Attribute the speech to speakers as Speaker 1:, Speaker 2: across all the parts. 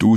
Speaker 1: du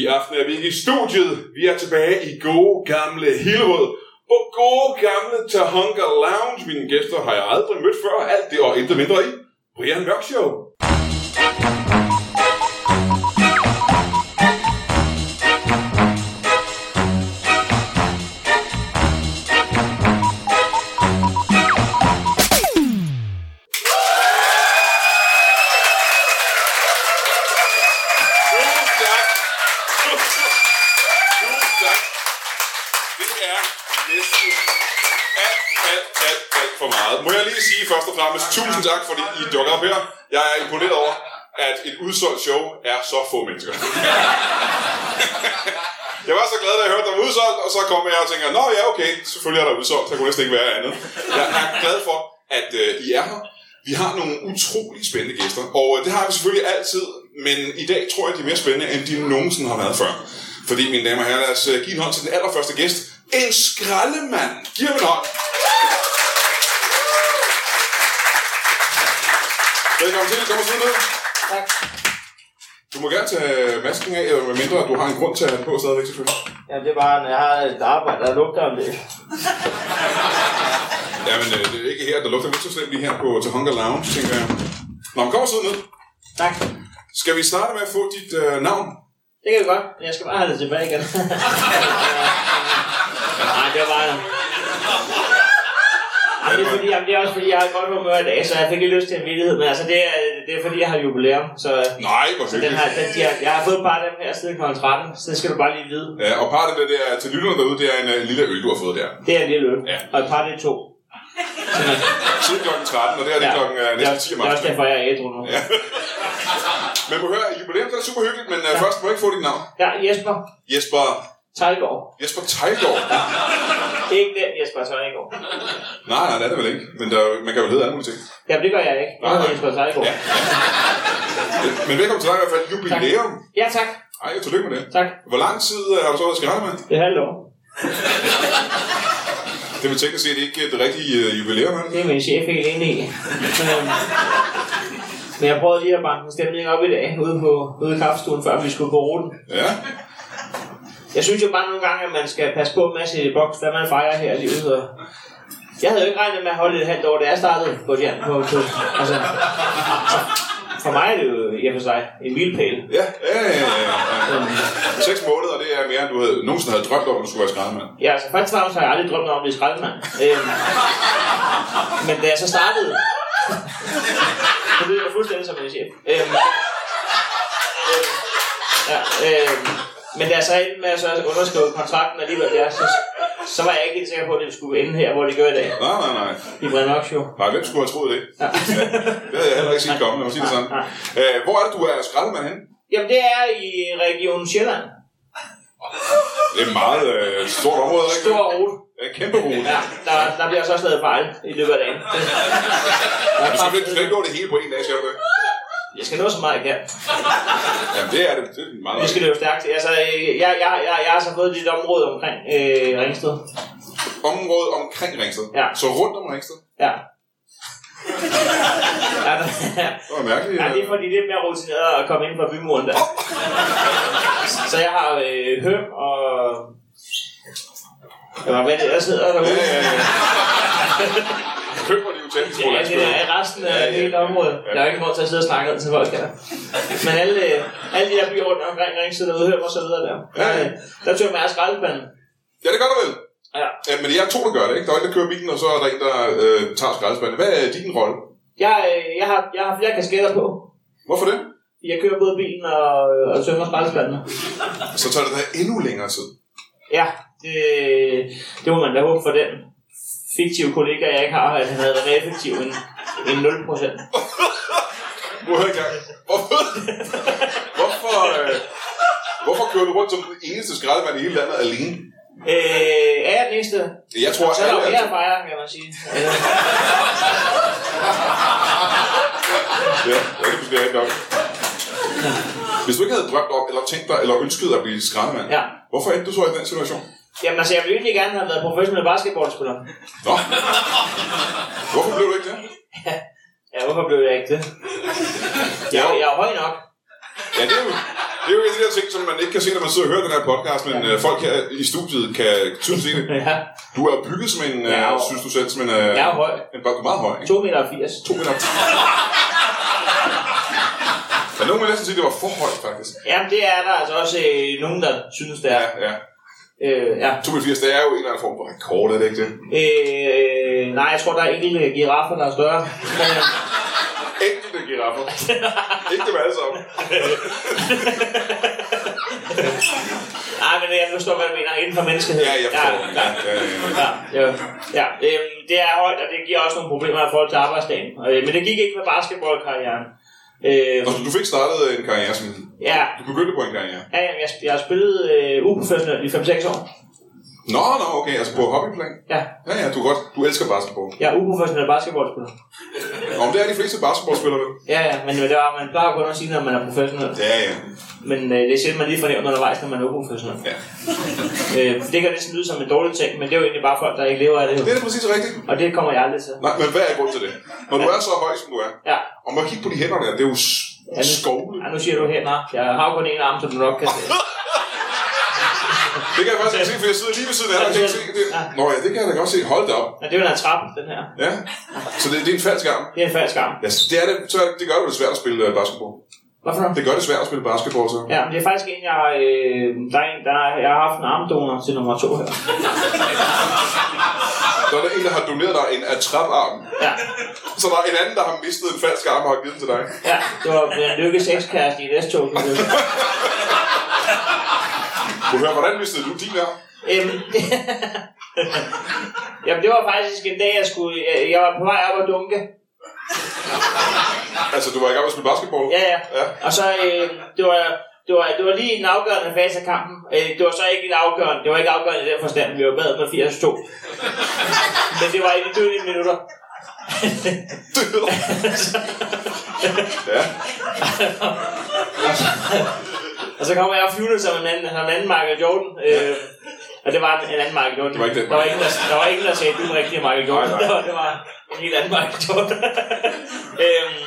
Speaker 2: I aften er vi ikke i studiet. Vi er tilbage i gode gamle Hillerød. På gode gamle Tahunga Lounge. Mine gæster har jeg aldrig mødt før. Alt det og intet mindre i Brian Mørk Show. Tusind tak. Tusind tak. Det er næsten alt, alt, alt, alt for meget. Må jeg lige sige først og fremmest, tusind tak, fordi I dukker op her. Jeg er imponeret over, at et udsolgt show er så få mennesker. Jeg var så glad, da jeg hørte, at der var udsolgt, og så kom jeg og tænker, nå ja, okay, selvfølgelig er der udsolgt, så kunne næsten ikke være andet. Jeg er glad for, at øh, I er her. Vi har nogle utrolig spændende gæster, og øh, det har vi selvfølgelig altid, men i dag tror jeg, de er mere spændende, end de nogensinde har været før. Fordi, mine damer og herrer, lad os øh, give en hånd til den allerførste gæst. En skraldemand! Giv ham en hånd! Velkommen til, kom og sidde ned.
Speaker 3: Tak.
Speaker 2: Du må gerne tage masken af, eller medmindre du har en grund til at have den på stadigvæk, selvfølgelig.
Speaker 3: Ja, det er bare, når jeg har et arbejde, der lugter om det.
Speaker 2: Jamen, øh, det er ikke her, der lugter lidt så slemt lige her på Tahunga Lounge, tænker jeg. Nå, men kom og sidde ned.
Speaker 3: Tak.
Speaker 2: Skal vi starte med at få dit øh, navn?
Speaker 3: Det kan vi godt, men jeg skal bare have det tilbage igen. Nej, det var bare... Ej, det, er fordi, jamen, det er også fordi, jeg har et godt humør i dag, så jeg fik lige lyst til en vildhed. Men altså, det er, det er fordi, jeg har jubilæum, så... øh,
Speaker 2: Nej, hvor
Speaker 3: Den
Speaker 2: hyggeligt.
Speaker 3: her, den, de har, jeg har fået bare den her siden kl. 13, så det skal du bare lige vide.
Speaker 2: Ja, og part af det der til lytterne derude, det er en, øh, en lille øl, du har fået der.
Speaker 3: Det er en lille øl,
Speaker 2: Ja.
Speaker 3: og et par det er to.
Speaker 2: Siden kl. 13, og det er det ja. klokken øh,
Speaker 3: det, er,
Speaker 2: næsten 10 om
Speaker 3: det er også
Speaker 2: aftenen.
Speaker 3: derfor, jeg er ædru nu. Ja,
Speaker 2: Men må høre, jubilæum det er super hyggeligt, men øh,
Speaker 3: Ja.
Speaker 2: først må jeg ikke få dit navn.
Speaker 3: ja Jesper
Speaker 2: Jesper,
Speaker 3: Tejlgaard.
Speaker 2: Jesper Tejlgaard.
Speaker 3: Ikke den Jesper Tejlgaard.
Speaker 2: nej, nej, det er det vel ikke. Men der, man kan jo hedde alle mulige ting.
Speaker 3: Jamen, det gør jeg ikke. Jeg
Speaker 2: Nej.
Speaker 3: hedder Jesper Tejlgaard.
Speaker 2: Ja. Men velkommen til dig i hvert fald. Jubilæum.
Speaker 3: Ja, tak.
Speaker 2: Ej, tillykke med det.
Speaker 3: Tak.
Speaker 2: Hvor lang tid øh, har du så været skraldemand?
Speaker 3: Det er halvt år.
Speaker 2: Det vil teknisk set ikke det rigtige øh, jubilæum, er det?
Speaker 3: Det er min chef helt enig i. Men, øhm, Men jeg prøvede lige at banke en stemning op i dag, ude, på, ude i kaffestuen, før vi skulle på ruten.
Speaker 2: Ja.
Speaker 3: Jeg synes jo bare nogle gange, at man skal passe på med at sætte i boks, hvad man fejrer her i livet. Og jeg havde jo ikke regnet med at holde et halvt år, da jeg startede på Jan på, på altså, for mig er det jo i og for sig en milepæl.
Speaker 2: Ja, ja, ja, ja, ja. Seks måneder, det er mere, end du havde, nogensinde havde drømt om, at du skulle være skraldemand.
Speaker 3: Ja, altså først og fremmest har jeg aldrig drømt om at blive skraldemand. Øhm, men da jeg så startede... så lyder jeg fuldstændig som en chef. Øhm, øhm, ja, øhm, men da jeg så endte med at så underskrive kontrakten alligevel der, så, så var jeg ikke helt sikker på, at det skulle ende her, hvor det gør i dag.
Speaker 2: Nej, nej, nej.
Speaker 3: I Brian Show.
Speaker 2: Nej, hvem skulle have troet det? Ja. Det havde jeg heller ikke set komme, lad mig sige det sådan. Øh, hvor er det, du er skraldemand henne?
Speaker 3: Jamen, det er i Region Sjælland.
Speaker 2: Det er et meget øh, stort område, ikke?
Speaker 3: Stor rute.
Speaker 2: Det er en kæmpe rute.
Speaker 3: Ja, der, der bliver så også lavet fejl i løbet af dagen.
Speaker 2: Du skal, ikke- du skal ikke nå det hele på en dag, skal du det?
Speaker 3: Jeg skal nå så meget, jeg kan.
Speaker 2: Jamen, det er det. Det er meget
Speaker 3: Vi skal løbe stærkt. Altså, øh, jeg, jeg, jeg, jeg har så fået dit område omkring øh, Ringsted.
Speaker 2: Området omkring Ringsted.
Speaker 3: Ja.
Speaker 2: Så rundt om Ringsted.
Speaker 3: Ja. ja, der,
Speaker 2: Det var mærkeligt.
Speaker 3: ja, det er
Speaker 2: øh.
Speaker 3: fordi, det er mere rutineret at komme ind fra bymuren der. Så jeg har øh, høm og... Jeg var hvad det ellers hedder
Speaker 2: Ja,
Speaker 3: derude.
Speaker 2: ja, ja. Køber de jo tennisboller?
Speaker 3: Ja, det er resten af
Speaker 2: Ja, ja.
Speaker 3: hele området.
Speaker 2: Ja.
Speaker 3: Der er jo ikke grund til at sidde og snakke ned til folk her. Men alle, øh, alle de der byer rundt omkring Ringsted, der udhøm og så videre der.
Speaker 2: Ja,
Speaker 3: Der,
Speaker 2: ja.
Speaker 3: øh, der tør man af skraldebanden.
Speaker 2: Ja, det gør du vel.
Speaker 3: Ja.
Speaker 2: Ja, men det er to, der gør det, ikke? Der er en, der kører bilen, og så er der en, der øh, tager skraldespanden. Hvad er din rolle?
Speaker 3: Jeg, øh, jeg, har, jeg har flere kasketter på.
Speaker 2: Hvorfor det?
Speaker 3: Jeg kører både bilen og, øh, og tømmer skraldespandene.
Speaker 2: Så tager det da endnu længere tid.
Speaker 3: Ja, det, det må man da håbe for den fiktive kollega, jeg ikke har, at han havde været mere effektiv end, end 0 procent.
Speaker 2: Nu er jeg i gang. Hvorfor? hvorfor, øh, hvorfor kører du rundt som den eneste skraldemand i hele landet alene.
Speaker 3: Øh, er jeg den eneste?
Speaker 2: Jeg tror,
Speaker 3: Så er der jo
Speaker 2: alle
Speaker 3: flere
Speaker 2: er...
Speaker 3: at fejre, kan man sige. Øh,
Speaker 2: Ja, ja, det bliver ikke nok. Hvis du ikke havde drømt om, eller tænkt dig, eller ønsket at blive skraldemand,
Speaker 3: Ja.
Speaker 2: hvorfor endte du så i den situation?
Speaker 3: jamen altså, jeg ville virkelig gerne have været professionel basketballspiller.
Speaker 2: Nå. Hvorfor blev du ikke det?
Speaker 3: Ja, hvorfor blev jeg ikke det? Jeg,
Speaker 2: Jo.
Speaker 3: jeg er høj nok.
Speaker 2: Ja, det er jo, det er jo en af de der ting, som man ikke kan se, når man sidder og hører den her podcast, men øh, folk her i studiet kan tydeligt se det.
Speaker 3: Ja,
Speaker 2: Du er jo bygget som en, øh,
Speaker 3: Jeg er jo-
Speaker 2: synes du selv, som en... Øh,
Speaker 3: jeg er høj.
Speaker 2: en bare meget høj, ikke?
Speaker 3: 2,80 meter.
Speaker 2: 2 meter. Ja, nogen vil næsten sige, at det var for højt, faktisk.
Speaker 3: Jamen, det er der altså også øh, nogen, der synes, det
Speaker 2: Ja,
Speaker 3: er.
Speaker 2: ja.
Speaker 3: Øh, ja.
Speaker 2: 2 meter 80, det er jo en eller anden form for rekord, er det ikke det?
Speaker 3: Øh, nej, jeg tror, der er enkelte giraffer, der er større. Men, øh,
Speaker 2: Enkelte giraffer. ikke dem alle sammen.
Speaker 3: nej, men jeg forstår, hvad du mener. Inden for menneskeheden.
Speaker 2: Ja, jeg forstår.
Speaker 3: Ja,
Speaker 2: Ja, ja, ja, ja.
Speaker 3: ja, ja, ja. Øhm, det er højt, og det giver også nogle problemer i forhold til arbejdsdagen. Øh, men det gik ikke med basketballkarrieren. Øh,
Speaker 2: Altså, du fik startet en karriere, som
Speaker 3: ja,
Speaker 2: du begyndte på en karriere.
Speaker 3: ja jamen, jeg, jeg har spillet øh, uprofessionelt i 5-6 år.
Speaker 2: Nå, nå, okay, altså på hobbyplan.
Speaker 3: Ja,
Speaker 2: Ja, ja, du er godt. Du elsker basketball.
Speaker 3: jeg er uprofessionel basketballspiller.
Speaker 2: Om det er de fleste basketballspillere, vel?
Speaker 3: Ja, ja, men det var, man plejer kun at sige, når man er professionel.
Speaker 2: Ja, ja.
Speaker 3: Men øh, det er sjældent, man lige fornemmer undervejs, når man er uprofessionel.
Speaker 2: Ja.
Speaker 3: Øh, for det kan næsten lyde som en dårlig ting, men det er jo egentlig bare folk, der ikke lever af det. jo.
Speaker 2: Det er da præcis rigtigt.
Speaker 3: Og det kommer jeg aldrig til.
Speaker 2: Nej, men hvad er grunden til det? Når du er så høj, som du er,
Speaker 3: Ja,
Speaker 2: og man kigger på de hænder der, det er jo s-
Speaker 3: Ja, det-
Speaker 2: skovle.
Speaker 3: ja nu siger du hænder. Jeg har jo kun en arm, som du nok kan se.
Speaker 2: Det kan jeg faktisk ikke se, for jeg sidder lige ved siden af dig, og kan ikke se det.
Speaker 3: Ja.
Speaker 2: Nå ja, det kan jeg da godt se. Hold da op.
Speaker 3: Ja, det er jo en trappe, den her.
Speaker 2: Ja. Så det, det er en falsk arm.
Speaker 3: Det er en falsk arm.
Speaker 2: Ja, så det, er det, så er det, det gør det jo svært at spille øh, basketball.
Speaker 3: Hvorfor noget?
Speaker 2: Det gør det svært at spille basketball, så.
Speaker 3: Ja, men det er faktisk en, jeg, øh, der er en, der, jeg har haft en armdonor til nummer to her.
Speaker 2: Så er der en, der har doneret dig en atraparm.
Speaker 3: Ja,
Speaker 2: Så der er en anden, der har mistet en falsk arm og har givet den til dig.
Speaker 3: ja det var en lykke sexkæreste i næste tog.
Speaker 2: Du hører, hvordan mistede du din arm?
Speaker 3: Øhm, Jamen, det var faktisk en dag, jeg skulle... Jeg, jeg var på vej op og dunke.
Speaker 2: Altså, du var i gang med at spille basketball?
Speaker 3: Ja, ja.
Speaker 2: Ja.
Speaker 3: Og så, øh, det var... Det var, det var lige en afgørende fase af kampen. Øh, det var så ikke en afgørende. Det var ikke afgørende i den forstand. Vi var bad med 82. Men det var i de dødelige minutter.
Speaker 2: ja.
Speaker 3: Og så kommer jeg flyvende som en anden, som en anden Michael Jordan. Øh, og det var en, en anden Michael Jordan.
Speaker 2: Det var ikke den
Speaker 3: der, var ingen, der, der var ingen, der sagde, du er den rigtige Michael Jordan.
Speaker 2: Nej, nej.
Speaker 3: Det, var, det var en helt anden Michael Jordan. øhm,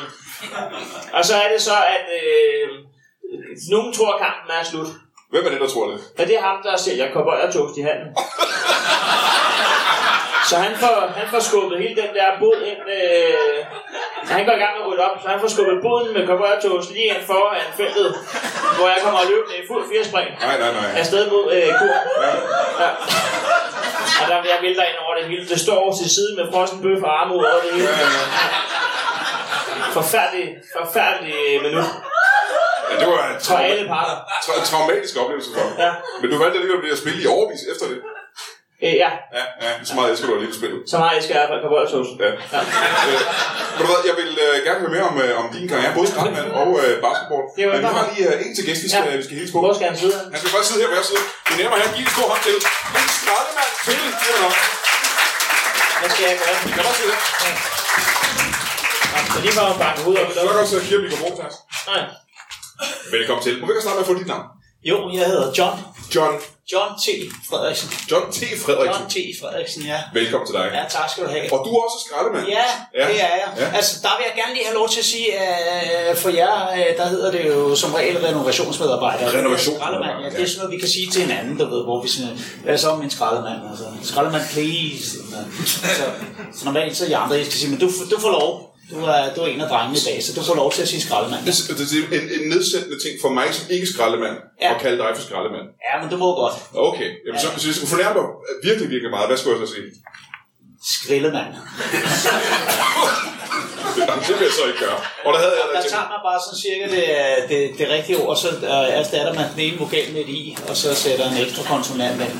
Speaker 3: og så er det så, at øh, nogen tror, at kampen er slut.
Speaker 2: Hvem er det, der tror det?
Speaker 3: Og det er ham, der sælger cowboy toast i handen. Så han får, han får skubbet hele den der båd ind. Øh, han går i gang med at rydde op, så han får skubbet båden med cowboy toast lige ind foran feltet, hvor jeg kommer løbende i fuld firespring
Speaker 2: Nej, nej, nej.
Speaker 3: afsted mod øh, kur. Ja. Og der jeg vælter ind over det hele. Det står over til side med frossen bøf og arme ud over det hele.
Speaker 2: Ja, ja.
Speaker 3: Forfærdelig, forfærdelig øh, minut
Speaker 2: Ja, det var en
Speaker 3: for
Speaker 2: tra-
Speaker 3: alle parter.
Speaker 2: tra- traumatisk oplevelse for dig.
Speaker 3: Ja.
Speaker 2: Men du valgte alligevel at blive at spille i overvis efter det.
Speaker 3: Øh, ja,
Speaker 2: Ja, ja. Så meget elsker du alligevel spillet.
Speaker 3: så meget elsker jeg i hvert fald cowboy
Speaker 2: Ja. Øh, ved du hvad, jeg vil øh, gerne høre mere om, øh, om din karriere, både skraldemand og øh, basketball.
Speaker 3: Det var
Speaker 2: Men vi
Speaker 3: bare-
Speaker 2: har lige øh, en til gæst, vi skal,
Speaker 3: Ja.
Speaker 2: vi skal hilse på.
Speaker 3: Hvor skal han sidde?
Speaker 2: Han skal bare sidde her på hver side. Vi nærmer her. Giv en stor hånd til. En skraldemand til. Det er nok.
Speaker 3: Hvad skal jeg gøre?
Speaker 2: Vi kan bare sidde her.
Speaker 3: Så lige bare banke hovedet op i
Speaker 2: Så kan du
Speaker 3: luften.
Speaker 2: også kigge mikrofonen til os.
Speaker 3: Nej.
Speaker 2: Velkommen til. Må vi ikke starte med at få dit navn?
Speaker 4: Jo, jeg hedder John.
Speaker 2: John,
Speaker 4: John T. Frederiksen.
Speaker 2: John T. Frederiksen.
Speaker 4: John T. Frederiksen, ja.
Speaker 2: Velkommen til dig.
Speaker 4: Ja, tak skal du have.
Speaker 2: Og du er også skraldemand.
Speaker 4: Ja,
Speaker 2: Ja.
Speaker 4: det er jeg.
Speaker 2: Ja.
Speaker 4: Altså, der vil jeg gerne lige have lov til at sige, at for jer, øh, der hedder det jo som regel renovationsmedarbejdere.
Speaker 2: Renovationsmedarbejdere,
Speaker 4: Skraldemand, Ja,
Speaker 2: ja.
Speaker 4: det er sådan noget, vi kan sige til hinanden, du ved, hvor vi sådan, hvad så om en skraldemand? Altså, skraldemand, please. Så, så normalt så er jeg andre, jeg skal sige, men du, du får lov. Du er, du er en af drengene i dag, så du får lov til at sige skraldemand.
Speaker 2: Det er- Det er en, en nedsættende ting for mig som ikke skraldemand,
Speaker 4: Ja.
Speaker 2: at kalde dig for skraldemand.
Speaker 4: Ja, men du må godt.
Speaker 2: Okay, Jamen, så, så hvis jeg skulle fornærme dig virkelig, virkelig meget, hvad skulle jeg så sige?
Speaker 4: Skrildemand.
Speaker 2: Jamen, det vil jeg så ikke gøre. Og der havde jeg da
Speaker 4: Der
Speaker 2: tænkt,
Speaker 4: tager man bare sådan cirka det, øh, det, det rigtige ord, så øh, erstatter man den ene vokal med et i, og så sætter en ekstra konsonant ind.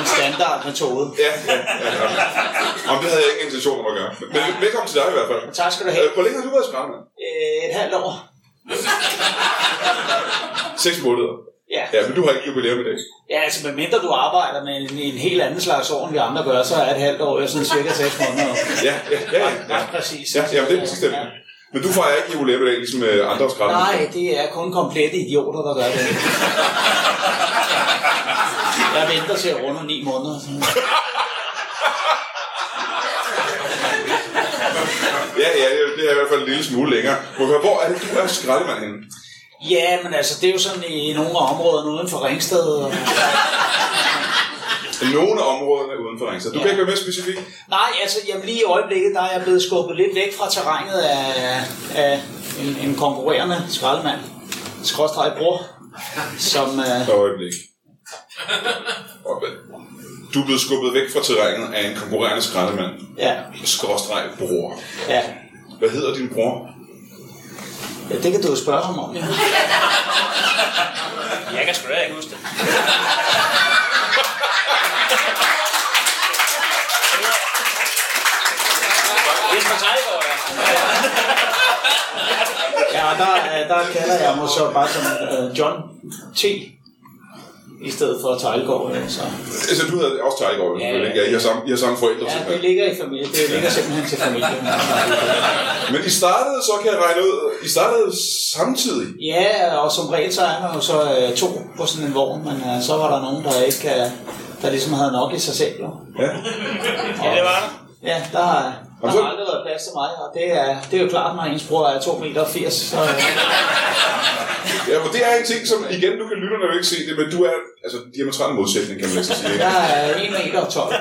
Speaker 4: En standard metode.
Speaker 2: Ja, ja, ja. ja. Jamen, det havde jeg ingen intention om at gøre. Men velkommen til dig i hvert fald.
Speaker 4: Tak skal du
Speaker 2: Øh,
Speaker 4: have.
Speaker 2: Hvor længe har du været skraldemand?
Speaker 4: Øh, et halvt år.
Speaker 2: Seks måneder.
Speaker 4: Ja.
Speaker 2: Ja, men du har ikke jubilæum i dag.
Speaker 4: ja, altså medmindre du arbejder med en, en helt anden slags år, end vi andre gør, så er et halvt år jo sådan cirka 6 måneder.
Speaker 2: Ja, ja, ja. ja, ja.
Speaker 4: Ret præcis.
Speaker 2: ja, ja men det er præcis det. Men du fejrer ikke jubilæum i dag, ligesom øh, andre hos Krabben.
Speaker 4: Nej, det er kun komplette idioter, der gør det. Jeg venter til at runde 9 måneder.
Speaker 2: Ja, ja, det er- det er i hvert fald en lille smule længere. Må jeg høre, Hvor er det, du er skraldemand henne?
Speaker 4: Ja, men altså, det er jo sådan i nogle af områderne uden for Ringsted. Og...
Speaker 2: Nogle af områderne er uden for Ringsted. Du kan
Speaker 4: Ja.
Speaker 2: ikke være mere specifik.
Speaker 4: Nej, altså, jamen lige i øjeblikket, der er jeg blevet skubbet lidt væk fra terrænet af, af en, en konkurrerende skraldemand. Skråstrej bror. Som, øh,
Speaker 2: Et øjeblik. Op ad. Du er blevet skubbet væk fra terrænet af en konkurrerende skraldemand.
Speaker 4: ja,
Speaker 2: Skråstreg bror.
Speaker 4: ja,
Speaker 2: Hvad hedder din bror?
Speaker 4: ja, det kan du jo spørge ham om. Ja.
Speaker 3: Jeg kan sgu da ikke huske det. Jesper Tejgaard, ja.
Speaker 4: Ja, og der, øh, der kalder jeg mig så bare som øh, John T. I stedet for Tejlgaard. Ja, så.
Speaker 2: Altså, du hedder også Tejlgaard, ja, ja. ja. I har samme, I har samme forældre.
Speaker 4: ja, det
Speaker 2: simpelthen.
Speaker 4: ligger i familie. Det ligger simpelthen til familien.
Speaker 2: Men I startede, så kan jeg regne ud, I startede samtidig.
Speaker 4: Ja, og som regel så er man jo så øh, to på sådan en vogn, men øh, så var der nogen, der ikke øh, der ligesom havde nok i sig selv. Jo.
Speaker 2: Ja.
Speaker 3: Ja, det var der.
Speaker 4: Ja, der har, der
Speaker 2: Og så-
Speaker 4: har aldrig været plads til mig, og det er, det er jo klart, når ens bror er 2,80 meter, så øh,
Speaker 2: ja, og det er en ting, som igen, du kan lytte, når du ikke se det, men du er, altså, diametralt modsætning, kan man næsten sige. ikke?
Speaker 4: jeg er 1 meter og 12.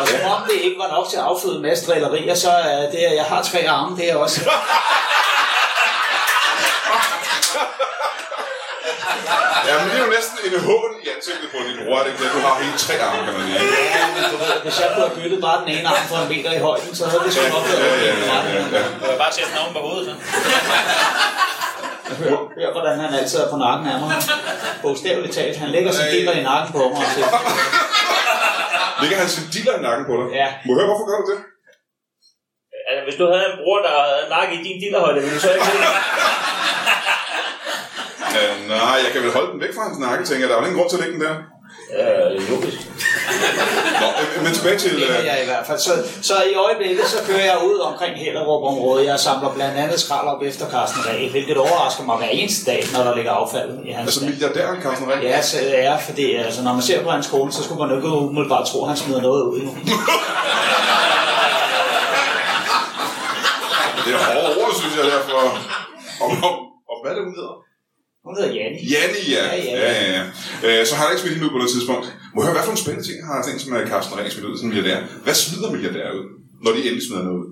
Speaker 4: Og som om det ikke var nok til at afføde en masse drillerier, så er det, at jeg har tre arme, det er også.
Speaker 2: Ja, men det er jo næsten en hån i ansigtet på din bror, det er ikke det? Du har helt tre arme, kan man sige.
Speaker 4: Ja, men du ved, hvis jeg kunne have byttet bare den ene arm for en meter i højden, så havde det sgu nok
Speaker 2: Ja,
Speaker 4: været
Speaker 2: ja,
Speaker 4: helt
Speaker 2: ja, ja,
Speaker 4: ret.
Speaker 2: ja.
Speaker 3: Du kan bare sætte den oven på hovedet, så.
Speaker 4: Hør, hvordan han altid er på nakken af mig. Bogstaveligt talt, han lægger sin deler i nakken på mig. og siger,
Speaker 2: Ligger han sin dealer i nakken på dig?
Speaker 4: Ja.
Speaker 2: Må jeg høre, hvorfor gør du det?
Speaker 3: Altså, hvis du havde en bror, der havde nakket i din dillerhøjde, ville du så ikke det?
Speaker 2: Øh, nej, jeg kan vel holde den væk fra hans nakke, tænker jeg. Der er jo ingen grund til at lægge den der.
Speaker 3: Øh, logisk.
Speaker 2: Nå, øh, men tilbage til...
Speaker 4: Det
Speaker 2: Øh,
Speaker 4: er jeg i hvert fald. Så, så i øjeblikket, så kører jeg ud omkring Hellerup-området. Jeg samler blandt andet skrald op efter Carsten Ræ, hvilket overrasker mig hver eneste dag, når der ligger affald i hans
Speaker 2: altså
Speaker 4: altså,
Speaker 2: milliardæren Carsten Ring.
Speaker 4: Ja, så det er, fordi altså, når man ser på hans kone, så skulle man jo ikke umiddelbart tro, at han smider noget ud nu.
Speaker 2: Det er hårde ord, synes jeg, derfor. Om, om, om hvad er det, hun hedder?
Speaker 4: Hun hedder Janni.
Speaker 2: Janni, ja.
Speaker 4: Ja, ja,
Speaker 2: ja,
Speaker 4: ja.
Speaker 2: ja, ja. Øh, så har han ikke smidt hende ud på noget tidspunkt. Må jeg høre, hvad for en spændende ting har sådan en som øh, Carsten Ring smidt ud som milliardær? Hvad smider milliardærer ud, når de endelig smider noget ud?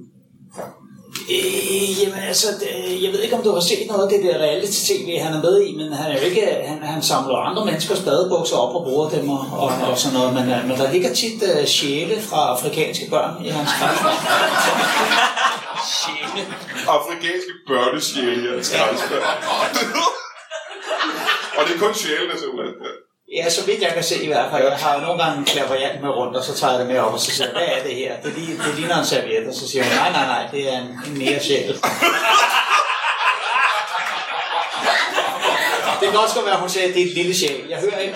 Speaker 4: Øh, jamen altså, det, jeg ved ikke, om du har set noget af det der reality-tv, han er med i, men han, er jo ikke, han, han samler andre menneskers badebukser op og bruger dem og, og, og sådan noget. Men, øh, men der ligger tit uh, sjæle fra afrikanske børn i hans kraft.
Speaker 3: Sjæle.
Speaker 2: Afrikanske børnesjæle her. Og det er kun sjælene, simpelthen. Ja.
Speaker 4: Ja, så vidt jeg kan se i hvert fald. Jeg har jo nogle gange en klaverjant med rundt, og så tager jeg det med op, og så siger jeg, hvad er det her? Det, lig- det ligner en serviet, og så siger hun, nej, nej, nej, det er en, en nære sjæl. Det kan også godt være, hun sagde, at det er et lille sjæl. Jeg hører ikke.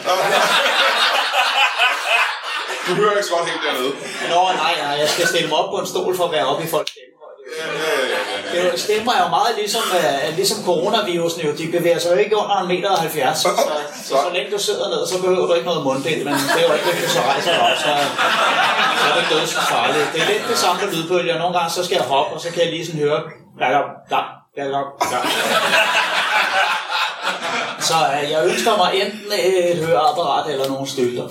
Speaker 2: Du hører ikke så godt helt dernede.
Speaker 4: Nå, nej, nej, jeg skal stille mig op på en stol for at være oppe i folks stemmehøjde.
Speaker 2: Ja, ja, ja, ja.
Speaker 4: Det er jo- stemmer er jo meget ligesom, øh, ligesom coronavirusen jo. De bevæger sig jo ikke under 1,70 meter. Så, så, så længe du sidder ned, så behøver du ikke noget mundbind. Men det er jo ikke, hvis du så rejser dig op, så, så er det dødsfarligt. Det er lidt det samme med lydbølger. Nogle gange så skal jeg hoppe, og så kan jeg lige sådan høre... Jakob, dam, Jakob, dam. Så øh, jeg ønsker mig enten et høreapparat eller nogle stylter.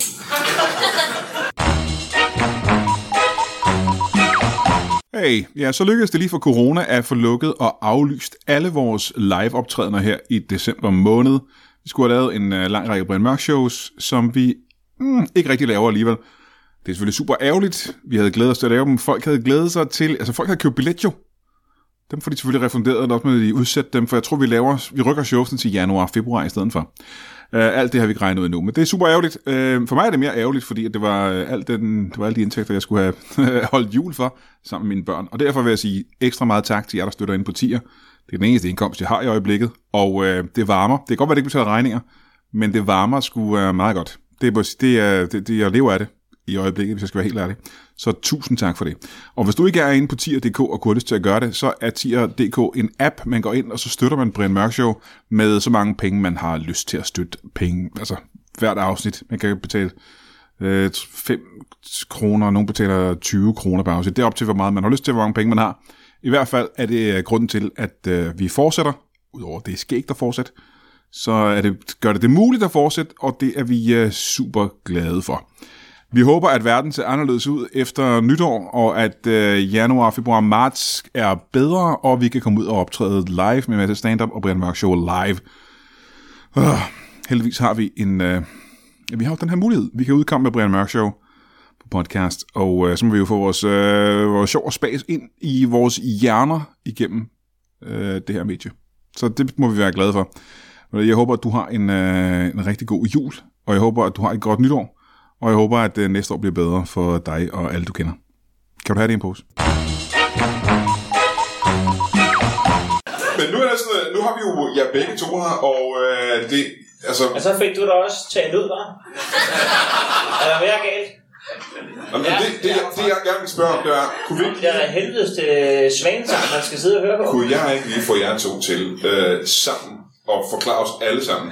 Speaker 1: Hey, ja, så lykkedes det lige for corona at få lukket og aflyst alle vores live-optrædener her i december måned. Vi skulle have lavet en øh, lang række Brian Mørk shows, som vi mm, ikke rigtig laver alligevel. Det er selvfølgelig super ærgerligt. Vi havde glædet os til at lave dem. Folk havde glædet sig til... Altså, folk havde købt billet jo. Dem får de selvfølgelig refunderet, og også med de udsætte dem, for jeg tror, vi laver, vi rykker showsen til januar og februar i stedet for. Uh, alt det har vi ikke regnet ud endnu, men det er super ærgerligt. Uh, for mig er det mere ærgerligt, fordi at det var, uh, alt den, det var alle de indtægter, jeg skulle have holdt jul for sammen med mine børn. Og derfor vil jeg sige ekstra meget tak til jer, der støtter ind på tier. Det er den eneste indkomst, jeg har i øjeblikket, og uh, det varmer. Det kan godt være, det ikke betaler regninger, men det varmer sgu uh, meget godt. Det er, på- det er, det, det, jeg lever af det i øjeblikket, hvis jeg skal være helt ærlig. Så tusind tak for det. Og hvis du ikke er inde på tier.dk og kunne lyst til at gøre det, så er tier.dk en app, man går ind, og så støtter man Brian Mørk Show med så mange penge, man har lyst til at støtte penge. Altså hvert afsnit. Man kan betale øh, 5 kroner, og nogen betaler 20 kroner per afsnit. Det er op til, hvor meget man har lyst til, hvor mange penge man har. I hvert fald er det øh, grunden til, at øh, vi fortsætter. Udover det er skægt at fortsætte, så er det, gør det det muligt at fortsætte, og det er vi øh, super glade for. Vi håber, at verden ser anderledes ud efter nytår, og at øh, januar, februar, marts er bedre, og vi kan komme ud og optræde live med Mads Stand-Up og Brian Mørk Show live. Øh, heldigvis har vi en... Øh, ja, vi har jo den her mulighed. Vi kan udkomme med Brian Mørk Show på podcast, og øh, så må vi jo få vores, øh, vores sjov og spas ind i vores hjerner igennem øh, det her medie. Så det må vi være glade for. Jeg håber, at du har en, øh, en rigtig god jul, og jeg håber, at du har et godt nytår, og jeg håber, at øh, næste år bliver bedre for dig og alle, du kender. Kan du have det i en pose?
Speaker 2: Men nu, er det sådan, øh, nu har vi jo jer ja, begge to her, og øh, det... Altså,
Speaker 3: Og så fik du da også talt ud, hva'? Er der mere galt?
Speaker 2: jamen, det, det, det, jeg- det, jeg gerne vil spørge om, det er, kunne vi ikke
Speaker 3: Det er da helvedes til svanesang, man skal sidde og høre på.
Speaker 2: Kunne jeg ikke lige få jer to til øh, sammen og forklare os alle sammen,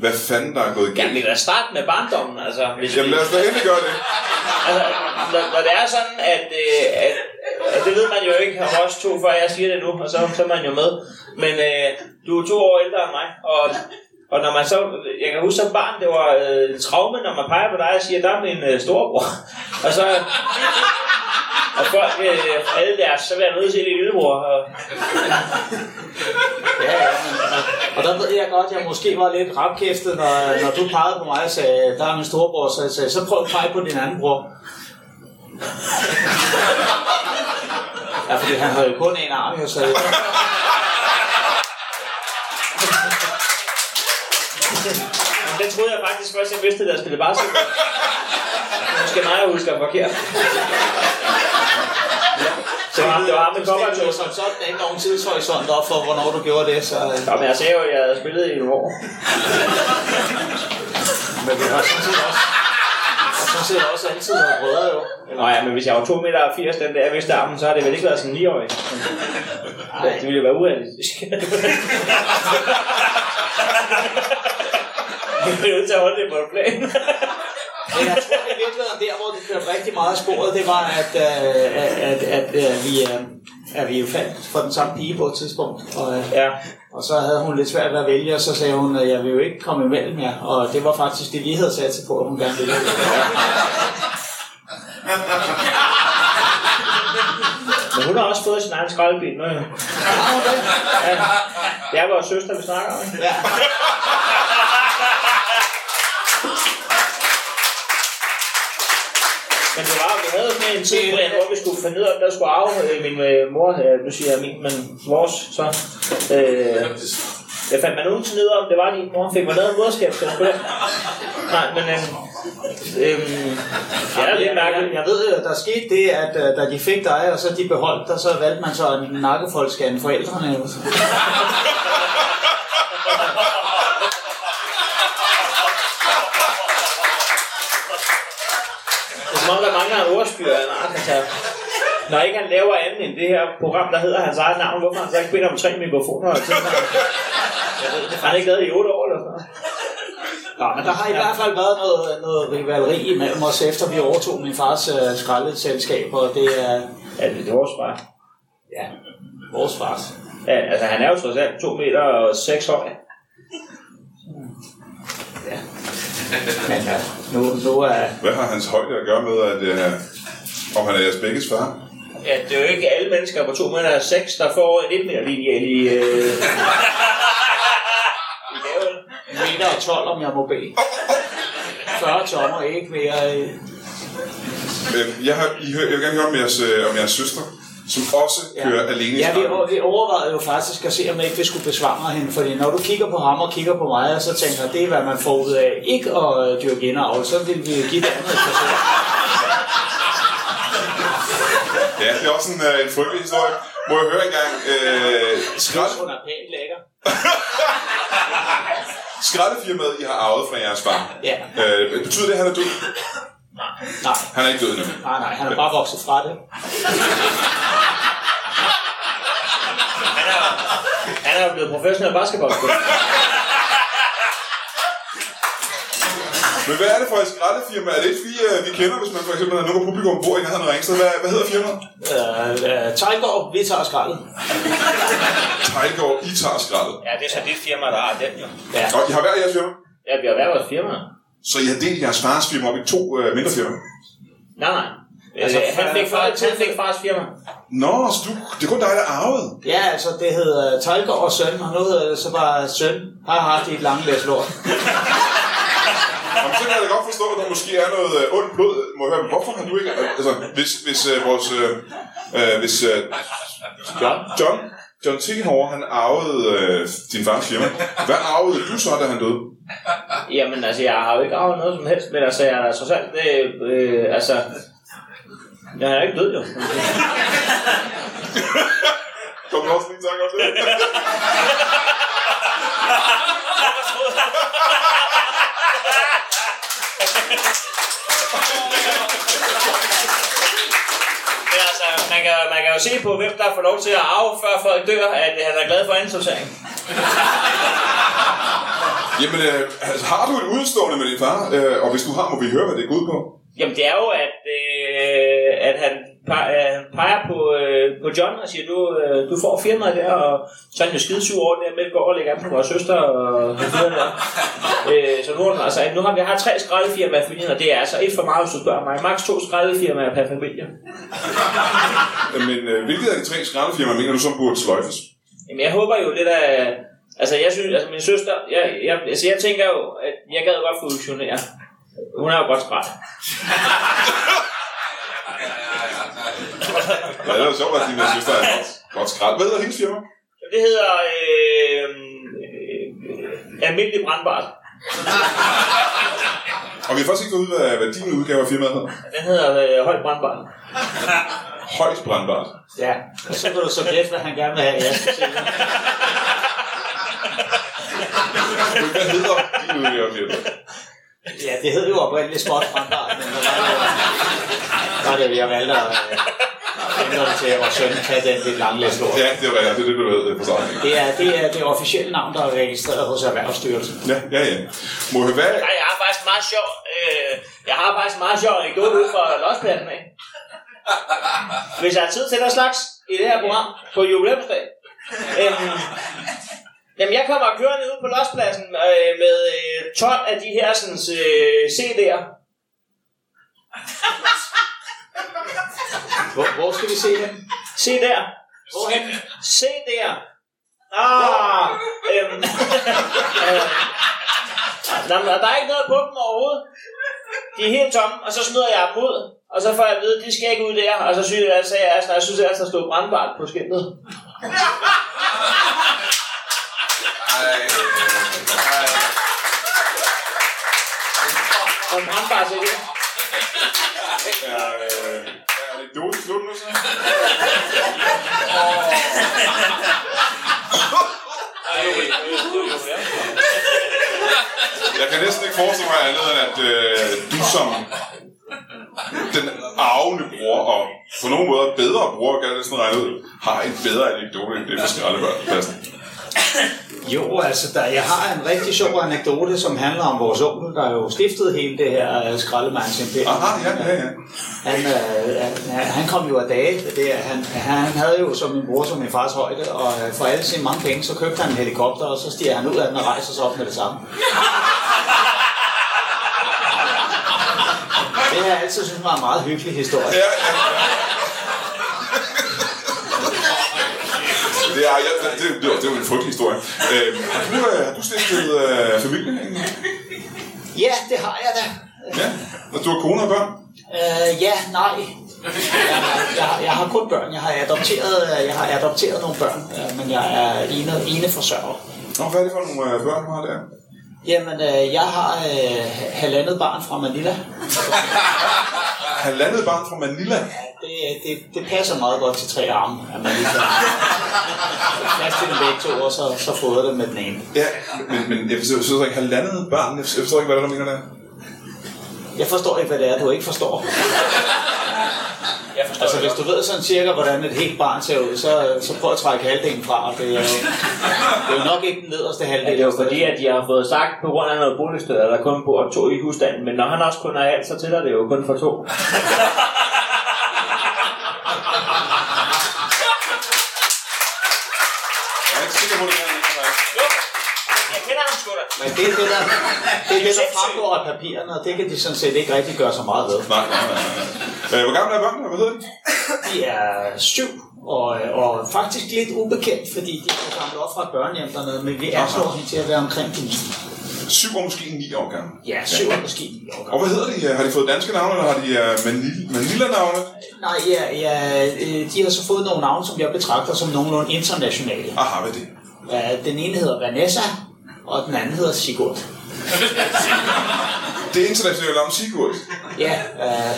Speaker 2: hvad fanden der er gået
Speaker 3: Jamen, vi
Speaker 2: galt?
Speaker 3: kan da starte med barndommen, altså. Hvis vi,
Speaker 2: Jamen lad os da endelig gøre det.
Speaker 3: altså når, når, det er sådan, at, øh, at, at, det ved man jo ikke om os to, før jeg siger det nu, og så, så er man jo med. Men øh, du er to år ældre end mig, og, og når man så, jeg kan huske som barn, det var øh, en traume, når man peger på dig og siger, der er min øh, storebror. Og så, og folk øh, alle deres, så vil jeg nødt til det lillebror. Og,
Speaker 4: Ja, ja, men, altså, og der ved jeg godt, at jeg måske var lidt rapkæftet, når, når du pegede på mig og sagde, der er min storebror, så jeg sagde, så prøv at pege på din anden bror. Ja, fordi han havde jo kun en arm, jo, så...
Speaker 3: Men Den troede jeg faktisk først, jeg vidste, da jeg spillede basketball. Måske mig, jeg husker forkert. Så var det var ham med
Speaker 4: jo
Speaker 3: koppertåsen.
Speaker 4: som sådan ikke nogen tidshorisont op for, hvornår du gjorde det, så... øh."
Speaker 3: Nå, men jeg sagde jo, at jeg havde spillet i nogle år.
Speaker 4: Men vi har sådan set også... Og sådan set også altid været brødre, jo.
Speaker 3: Nå ja, men hvis jeg var 2 meter og 80 den der viste armen, så har det vel ikke været sådan 9 år. Det ville jo være urealistisk. Vi bliver nødt til at holde det på en plan.
Speaker 4: Men jeg tror i virkeligheden, der hvor det kørte rigtig meget af sporet, det var, at, øh, at, at, at øh, vi, øh, at vi jo faldt for den samme pige på et tidspunkt. Og, øh,
Speaker 3: Ja,
Speaker 4: og så havde hun lidt svært ved at vælge, og så sagde hun, at jeg vil jo ikke komme imellem jer. Og det var faktisk det, vi havde sat sig på, at hun gerne ville.
Speaker 3: men hun har også fået sin egen skraldbil nu. jo.
Speaker 4: Har hun det?
Speaker 3: Ja. Det er vores søster, vi snakker om. ikke?
Speaker 4: Ja.
Speaker 3: Men det var, vi havde sådan en tid, Brian, hvor vi skulle finde ud af, om der skulle arve øh, min øh, mor, øh, nu siger jeg min, men vores, så. Øh, jeg fandt man nogensinde ud af, om det var din mor, fik man lavet en moderskab, så på det. Nej, men øh, øh, ja, det er lidt mærkeligt.
Speaker 4: jeg, jeg ved, at der skete det, at øh, da de fik dig, og så de beholdt dig, så valgte man så en nakkefoldskande forældrene. jo.
Speaker 3: Det er som om, der mangler en ordstyr af en art, altså. Når ikke han laver andet end det her program, der hedder hans eget navn, hvorfor har han så ikke bedt om tre mikrofoner? Og ting? Har han ikke lavet det i otte år, eller sådan
Speaker 4: Nå, men der har i hvert fald været noget, noget rivaleri imellem os, efter vi overtog min fars øh, skraldeselskab, og det er...
Speaker 3: Ja, det er vores far.
Speaker 4: Ja, vores fars.
Speaker 3: Ja, altså han er jo trods alt 2 meter og 6 høj.
Speaker 4: Men ja, nu, nu er...
Speaker 2: Hvad har hans højde at gøre med, at, øh, om han er jeres begges far?
Speaker 3: Ja, det er jo ikke alle mennesker på 2 meter og 6, der får en lidt mere lineal i... Øh... i gaven.
Speaker 4: En meter og 12, om jeg må bede. 40 tommer, ikke mere... øh.
Speaker 2: Øhm, Men jeg, har, I, hø- jeg vil gerne høre om jeres, øh, om jeres søster. som også kører ja. alene i
Speaker 4: Ja, vi,
Speaker 2: skralden.
Speaker 4: vi overvejede jo faktisk at se, om ikke vi skulle besvare hende, fordi når du kigger på ham og kigger på mig, så tænker jeg, det er, hvad man får ud af ikke at øh, dyrke indavl, så vil vi jo give det andet et forsøg.
Speaker 2: Ja, det er også en, øh, en frygtelig historie. Må jeg høre engang, øh, skrald,
Speaker 4: Hun er pænt lækker.
Speaker 2: skraldefirmaet, I har arvet fra jeres far.
Speaker 4: Ja.
Speaker 2: Øh, betyder det, at han er død?
Speaker 4: Nej,
Speaker 2: Han er ikke død endnu.
Speaker 4: nej, nej, han er bare vokset fra det.
Speaker 3: Han er jo blevet professionel basketballspiller.
Speaker 2: Men hvad er det for et skraldefirma? Er det ikke vi, øh, vi kender, hvis man for eksempel har nogen af publikum bor i nærheden af Ringsted? Hvad, hvad hedder firmaet?
Speaker 4: Øh, øh, Tejlgaard, vi tager skraldet.
Speaker 2: Tejlgaard, I tager skraldet.
Speaker 5: Ja, det er så det firma, der har den jo.
Speaker 2: Og I har hver jeres firma?
Speaker 3: Ja, vi har hver vores firma.
Speaker 2: Så I har delt jeres fars firma op i to øh, mindre firmaer?
Speaker 3: Nej, nej.
Speaker 5: Altså,
Speaker 3: Altså, han, fik far, han fik fars firma.
Speaker 2: Nå, så du, det er kun dig, der arvede.
Speaker 4: Ja, altså, det hedder Tejlgaard og søn, og nu hedder det så bare søn. Haha, det er et langt læs lort.
Speaker 2: Jamen, så kan jeg da godt forstå, at der måske er noget øh, ondt blod. Må jeg høre, men hvorfor har du ikke... Altså, hvis, hvis øh, vores... Øh, øh, hvis øh,
Speaker 3: John.
Speaker 2: John, John T. Hauer, han arvede øh, din fars firma. Hvad arvede du så, da han døde?
Speaker 3: Jamen, altså, jeg har jo ikke arvet noget som helst, men altså, jeg er da trods alt, det, øh, altså... Jeg er ikke død, jo.
Speaker 2: Kom du også lige tak om det?
Speaker 3: Men altså, man kan, man kan jo se på, hvem der får lov til at arve, før folk dør, at øh, han er glad for ansortering.
Speaker 2: Jamen, øh, altså, har du et udstående med din far? Øh, og hvis du har, må vi høre, hvad det går ud på.
Speaker 3: Jamen, det er jo, at, øh, at han pe- øh, han peger på, øh, på John og siger, du, øh, du får firmaet der, og så er han jo skidesur over det her med, at går og lægger an på vores søster og og fyren der. Øh, så nu, er den altså, nu har vi har tre skraldefirmaer i familien, og det er altså et for meget, hvis du spørger mig. Max to skraldefirmaer per familie.
Speaker 2: Øh, Men øh, hvilket af de tre skraldefirmaer mener du så burde sløjfes?
Speaker 3: Jamen, jeg håber jo lidt af... Altså, jeg synes, altså min søster, jeg, jeg, altså, jeg tænker jo, at jeg gad godt funktionere. Hun er jo godt skrald.
Speaker 2: Ja, det er jo sjovt, at din øh, søster er godt, godt skrald. Hvad hedder hendes firma?
Speaker 3: Det hedder... Øh, øh, øh, almindelig brandbart.
Speaker 2: Og vi har faktisk ikke fået ud, hvad, hvad din udgave af firmaet hedder.
Speaker 3: Den hedder øh, højt brandbart.
Speaker 2: Højst brandbart.
Speaker 4: Ja, og så kan du så gætte, hvad han gerne vil have. Ja, så siger jeg.
Speaker 2: Men Hvad hedder din udgave af firmaet?
Speaker 4: ja det hed jo oprindeligt småt standard, men der var det, der var det, jeg valgte at øh, ændre det til, at søn kan den lidt langt læs lort.
Speaker 2: Ja, det er rigtigt. Det er det, du hedder på starten.
Speaker 4: Det er, det er det officielle navn, der er registreret hos Erhvervsstyrelsen.
Speaker 2: Ja, ja, ja. Må jeg hvad?
Speaker 3: Nej, jeg har faktisk en meget sjov... Øh, jeg har faktisk en meget sjov anekdote ud fra Lodspladsen af. Hvis jeg har tid til den slags i det her program på jubilæumsdag. Øhm, jamen, jeg kommer kørende ud på Lodspladsen øh, med øh, 12 af de her sådan, øh, CD'er.
Speaker 4: Hvor, hvor skal vi se den?
Speaker 3: Se der.
Speaker 4: Hvorhen?
Speaker 3: Se der. Ah, øhm, øh, nå, men der er ikke noget på dem overhovedet. De er helt tomme, og så smider jeg dem ud. Og så får jeg at vide, at de skal ikke ud der. Og så synes jeg, altså, jeg, altså, jeg synes, at der stod brandbart på skiltet. Og brandbart til det.
Speaker 2: Ja, øh, er det dårligt slut nu så? Jeg kan næsten ikke forestille mig andet, end at øh, du som den arvende bror, og på nogen måder bedre bror, kan jeg næsten regne ud, har en bedre anekdote end det for skraldebørnpladsen.
Speaker 4: Jo, altså, der, jeg har en rigtig sjov anekdote, som handler om vores onkel, der jo stiftede hele det her øh, skraldemandsimperium.
Speaker 2: Aha, Ah, ja, ja, ja.
Speaker 4: Han, øh, han, han kom jo af dage. Det, er- han, han havde jo som min bror, som min fars højde, og øh, for alle sine mange penge, så købte han en helikopter, og så stiger han ud af den og rejser sig op med det samme. Det har jeg altid synes var en meget hyggelig historie.
Speaker 2: Ja, ja, ja. Det er, ja, det, det, det, det er jo en frygtelig historie. Øh, har, du, øh, har du stiftet øh, familie?
Speaker 4: Ja, det har jeg da.
Speaker 2: Ja. Og du har kone og børn?
Speaker 4: Øh, ja, nej. Jeg har, jeg, har- jeg har kun børn. Jeg har adopteret, øh, jeg har adopteret nogle børn, øh, men jeg er ene, ene forsørger.
Speaker 2: Nå, hvad er det for nogle øh, børn, du har der?
Speaker 4: Jamen, øh, jeg har øh, halvandet barn fra Manila.
Speaker 2: Halvandet barn fra Manila.
Speaker 4: Det, øh, det, det passer meget godt til tre arme, at man lige kan plads til dem begge to, og så, så fodrer det med den ene.
Speaker 2: Ja, men, men jeg forstår, jeg forstår ikke, halvandet barn, jeg forstår jeg forstår ikke, hvad det er, du mener der.
Speaker 4: Jeg forstår ikke, hvad det er, du ikke forstår.
Speaker 5: Jeg forstår
Speaker 4: Altså,
Speaker 5: altså,
Speaker 4: hvis du ved sådan cirka, hvordan et helt barn ser ud, så, så prøv at trække halvdelen fra, og det er, jo- det er jo nok ikke den nederste
Speaker 3: Ja,
Speaker 4: halvdel.
Speaker 3: det er jo fordi, at de har fået sagt, på grund af noget boligstød, at der kun bor to i husstanden. Men når han også kun er alt, så tæller det jo kun for to.
Speaker 2: Jeg er ikke sikker på, det er en faktisk.
Speaker 5: Jeg kender ham sgu da.
Speaker 4: Men det er det, der, det, er det, der fremgår af papirerne, og det kan de sådan set ikke rigtig gøre så meget ved.
Speaker 2: Nej, nej, nej. nej. Øh, hvor gamle er børnene? Hvad hedder de?
Speaker 4: De er syv, og, og faktisk lidt ubekendt, fordi de er jo kommet op fra et børnehjem dernede, men vi anslår dem til at være omkring de ni.
Speaker 2: Syv år, måske ni år gamle.
Speaker 4: Ja, syv er måske ni år
Speaker 2: Og
Speaker 4: gammel.
Speaker 2: hvad hedder de? Øh, Har de fået danske navne, eller har de øh, Manila, Manila-navne?
Speaker 4: Nej, ja, ja, øh, de har så fået nogle navne, som jeg betragter som nogenlunde internationale.
Speaker 2: Aha, hvad er Ah, det?
Speaker 4: Øh, Den ene hedder Vanessa, og den anden hedder Sigurd.
Speaker 2: Det er internationalt navn Sigurd.
Speaker 4: Ja, øh,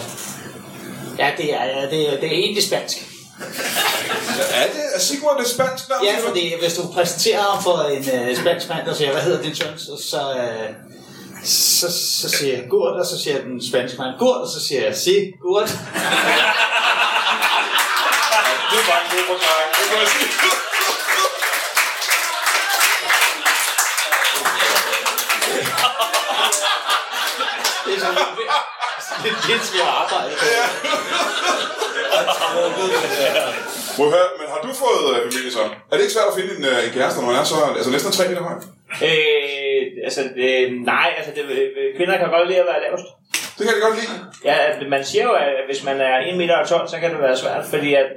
Speaker 4: ja, det er, ja, det, er- det er egentlig spansk.
Speaker 2: Er det? Er Sigurd et spansk navn?
Speaker 4: Ja, fordi hvis du præsenterer ham for en øh, spansk mand, der siger, hvad hedder din søn, så, så, øh, så, så siger jeg Gurt, og så siger den spanske mand Gurt, og så siger jeg Sigurd.
Speaker 2: Det var en god forklaring. Det må jeg sige.
Speaker 4: Det er sådan lidt- lidt lidt, vi har arbejdet på.
Speaker 2: Må jeg høre, men har du fået øh, familie så? Er det ikke svært at finde en, øh, en kæreste, når man er så altså næsten tre meter høj?
Speaker 3: Øh, altså, øh, nej, altså, det, øh, kvinder kan godt lide at være lavest.
Speaker 2: Det kan jeg godt lide.
Speaker 3: Ja, at man siger jo, at hvis man er 1 meter og 12, så kan det være svært, fordi at,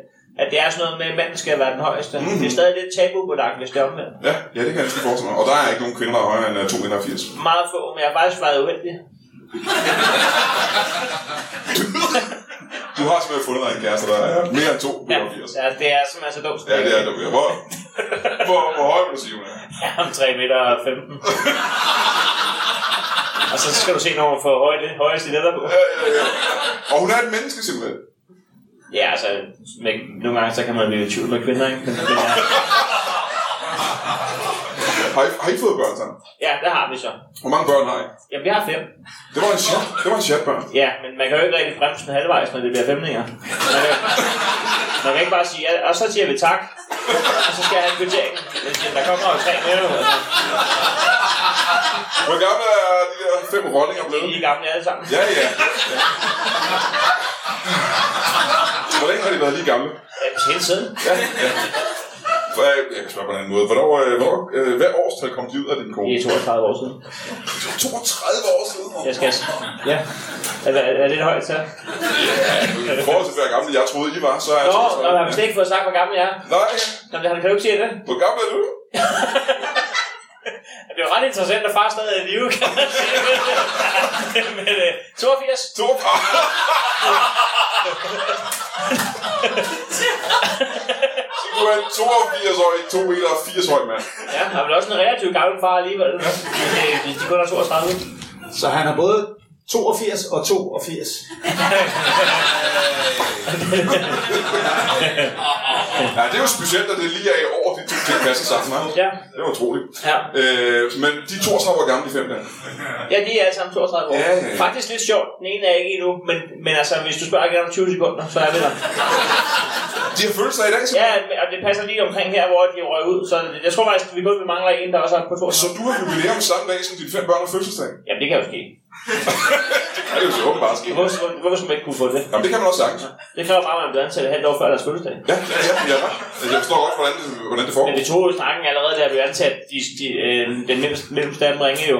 Speaker 3: at det er sådan noget med, at manden skal være den højeste.
Speaker 2: Mm.
Speaker 3: Mm-hmm. Det er stadig lidt tabubelagt, hvis det er omvendt.
Speaker 2: Ja, ja, det kan jeg sgu forestille mig. Og der er ikke nogen kvinder, der er højere end øh, 2,80 meter.
Speaker 3: Meget få, men jeg har faktisk været uheldig.
Speaker 2: Du har simpelthen fundet dig en kæreste, der er mere end 2,80
Speaker 3: Ja,
Speaker 2: meter.
Speaker 3: ja, Altså, det er simpelthen så dumt.
Speaker 2: Ja, det er det. Hvor, hvor, hvor høj vil du sige, hun er?
Speaker 3: Ja, om 3 meter og 15. og så skal du se, når hun får høje, høje stiletter på.
Speaker 2: Ja, ja, ja. Og hun er et menneske, simpelthen.
Speaker 3: Ja, altså, men nogle gange så kan man blive i tvivl med kvinder, ikke? Men, men, ja.
Speaker 2: Har I, har I fået børn sammen?
Speaker 3: ja, det har vi så.
Speaker 2: Hvor mange børn har I?
Speaker 3: Jamen, vi har fem.
Speaker 2: Det var en chat. Det var en chatbørn.
Speaker 3: Ja, men man kan jo ikke rigtig bremse den halvvejs, når det bliver femninger. Man kan, man kan ikke bare sige, ja, og så siger vi tak, og så skal jeg have en kvittering. Jeg siger, Der kommer jo altså. tre minutter.
Speaker 2: Hvor gamle er de der fem rollinger
Speaker 3: Det er
Speaker 2: blevet?
Speaker 3: lige gamle alle sammen.
Speaker 2: Ja, ja. ja. Hvor længe har de været lige gamle?
Speaker 3: Ja, hele tiden.
Speaker 2: Ja, ja. For, øh, Jeg kan spørge på en anden måde. Hvornår, øh, hvornår, øh, hvad årstal kom de ud af din kone?
Speaker 3: Det er 32 år siden.
Speaker 2: 32 år siden.
Speaker 3: Jeg skal... Ja. Er, er, er det et højt tal?
Speaker 2: I forhold til, hvor gamle jeg troede, I var, så er jeg
Speaker 3: Nå, nå, jeg har
Speaker 2: 32.
Speaker 3: vist ikke fået sagt, hvor gammel jeg er.
Speaker 2: Nej,
Speaker 3: Nå, men han kan jo ikke sige det.
Speaker 2: hvor gammel er du?
Speaker 3: Det er jo ret interessant, at far stadig er i live, kan man sige. Men øh, 82?
Speaker 2: To par. Så du er en 82 år, 2 meter og 80 høj mand.
Speaker 3: Ja, han er vel også en relativt gammel far alligevel. Øh, hvis de kun er 32.
Speaker 4: Så han har både 82 og 82.
Speaker 2: Ja, det er jo specielt, at det lige er i år, de to ting passer sammen. hva'?
Speaker 3: Ja.
Speaker 2: Det er utroligt.
Speaker 3: Ja.
Speaker 2: Øh, men de 32 år gamle, de fem der.
Speaker 3: Ja, de er alle sammen 32 år.
Speaker 2: Ja, ja, ja.
Speaker 3: Faktisk lidt sjovt. Den ene er ikke endnu, men, men altså, hvis du spørger igen om 20 sekunder, så er vi der.
Speaker 2: De har følelser i dag, så...
Speaker 3: Ja, og det passer lige omkring her, hvor de røg ud. Så jeg tror faktisk, at vi kun vi mangler en, der også er på 32.
Speaker 2: Så du har jubilæum samme dag, som dine fem børn har fødselsdag?
Speaker 3: Jamen, det kan jo ske.
Speaker 2: Det kan jo så åbenbart ske.
Speaker 3: Hvorfor, hvor- hvorfor skulle man ikke kunne få det?
Speaker 2: Jamen, det kan man også sagtens.
Speaker 3: Det kræver bare, at man bliver ansat et halvt år før deres fødselsdag.
Speaker 2: Ja, ja, ja, ja. ja. Altså, Jeg forstår godt, hvordan det, hvordan det
Speaker 3: Men
Speaker 2: foregår.
Speaker 3: vi tog jo snakken allerede, da vi ansat de, de, øh, den mellemste, mellemste af dem ringede jo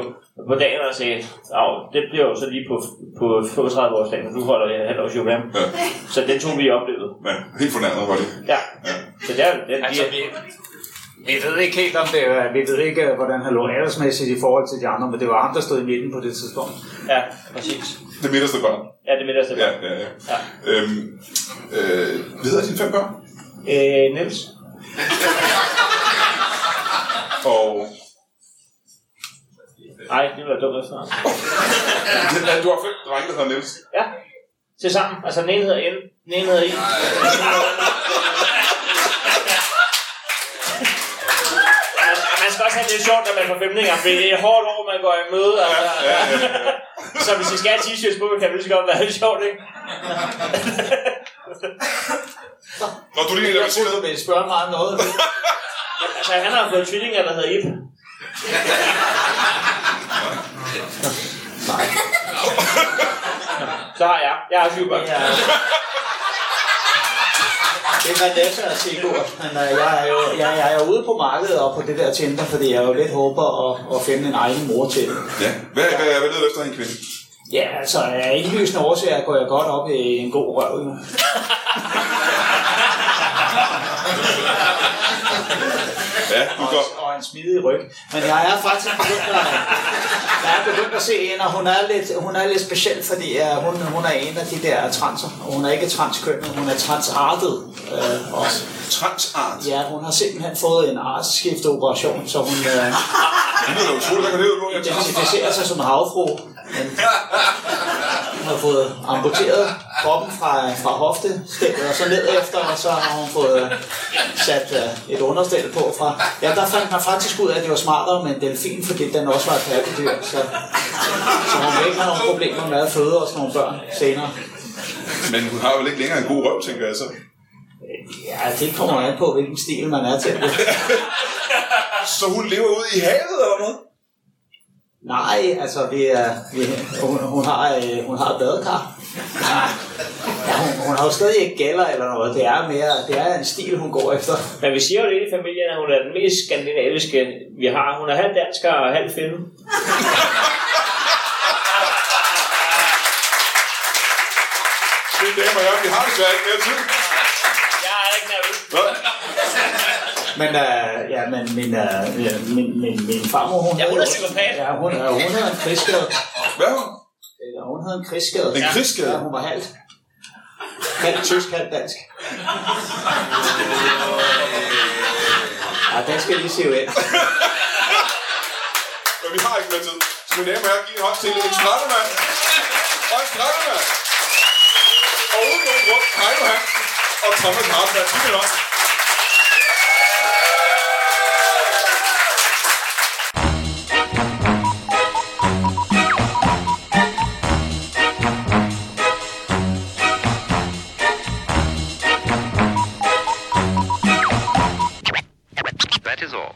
Speaker 3: på dagen og sagde, at det bliver jo så lige på, på 32 års dagen, og nu holder jeg halvårs jubilæum.
Speaker 2: Ja.
Speaker 3: Så den tog vi oplevet.
Speaker 2: ja, helt fornærmet var det.
Speaker 3: Ja. Så der, den, de,
Speaker 5: Altså, vi,
Speaker 4: Vi ved ikke helt om det, er- vi ved ikke, øh, hvordan han lå aldersmæssigt i forhold til de andre, men det var ham, der stod i midten på det tidspunkt.
Speaker 3: ja, præcis.
Speaker 2: Det midterste børn.
Speaker 3: Ja, det er midterste
Speaker 2: Ja,
Speaker 3: barn.
Speaker 2: ja, ja.
Speaker 3: Ja.
Speaker 2: Øhm, øh, hvad hedder dine fem børn?
Speaker 3: Øh, Niels.
Speaker 2: Og
Speaker 3: Nej, det var dumt efter.
Speaker 2: ja, du har fem drenge, der hedder Niels.
Speaker 3: Ja. Til sammen. Altså, den ene hedder N, den ene hedder I. Altså, Man skal også have det lidt sjovt, når man får femninger, for det er et hårdt år, man går i møde. Altså.
Speaker 2: Ja, ja, ja.
Speaker 3: Så hvis I skal have t-shirts på, kan det lige så godt være lidt sjovt, ikke?
Speaker 2: Nå, du er lige en, der
Speaker 4: Jeg
Speaker 2: vil sige
Speaker 4: kunne
Speaker 2: noget.
Speaker 4: med spørge mig om noget.
Speaker 3: Altså, han har fået tvillinger, der hedder Ip. Så har jeg. Jeg har syv børn.
Speaker 4: Ja. Det er Vanessa og Sigurd, men øh, jeg er jo jeg, jeg er ude på markedet og på det der Tinder, fordi jeg jo lidt håber at, at finde en egen mor til det.
Speaker 2: Ja. Hvad, hvad, hvad leder du efter af en kvinde?
Speaker 4: Ja, altså af indlysende årsager går jeg godt op i en god røv. Jo.
Speaker 2: Ja, du
Speaker 4: og,
Speaker 2: går.
Speaker 4: og en smidig ryg. Men jeg er faktisk begyndt at, jeg er begyndt at se hende, og hun er lidt, hun er lidt speciel, fordi uh, hun, hun er en af de der transer. Og hun er ikke transkønnet, hun er transartet uh, også.
Speaker 2: Transart.
Speaker 4: Ja, hun har simpelthen fået en artsskifteoperation, så hun uh,
Speaker 2: Det lyder da utroligt, der kan det ud nu. Jeg tager
Speaker 4: identificerer sig som havfru. Men hun har fået amputeret kroppen fra, fra hoftestedet og så ned efter, og så har hun fået øh, sat øh, et understel på fra... Ja, der fandt man faktisk ud af, at det var smartere med en delfin, fordi den også var et pattedyr, så, så hun vil ikke have nogen problemer med at føde os nogle børn senere.
Speaker 2: Men hun har vel ikke længere en god røv, tænker jeg altså. så.
Speaker 4: Ja, det kommer an på, hvilken stil man er til.
Speaker 2: Så hun lever ude i havet eller noget?
Speaker 4: Nej, altså vi er, vi, hun, hun, har, øh, hun har et badekar. Ja, hun, hun har jo stadig ikke gælder eller noget. Det er mere, det er en stil, hun går efter.
Speaker 3: Men vi siger jo lidt i familien, at hun er den mest skandinaviske, vi har. Hun er halv dansker og halv finne.
Speaker 2: Mine damer og herrer, vi har desværre ikke mere tid.
Speaker 3: Jeg er ikke nervøs.
Speaker 2: Nå,
Speaker 4: Men, øh, ja, men min, øh, ja, min, min, min farmor, hun,
Speaker 3: Ja, hun
Speaker 4: havde
Speaker 3: er
Speaker 4: jo-
Speaker 3: psykopat.
Speaker 4: Ja, hun, ja, hun havde en krigsskade.
Speaker 2: Hvad er hun?
Speaker 4: Ja, hun havde en krigsskade.
Speaker 2: En krigsskade?
Speaker 4: Ja, hun var halvt. Halvt tysk, halvt dansk. Ja, den skal lige se ud af.
Speaker 2: Men vi har ikke mere tid. Så mine damer og herrer, giv en hånd til en strattemand. Og en strattemand. Og uden nogen grund, Heino Hansen og Thomas Hartmann. Giv en hånd.
Speaker 6: That is all.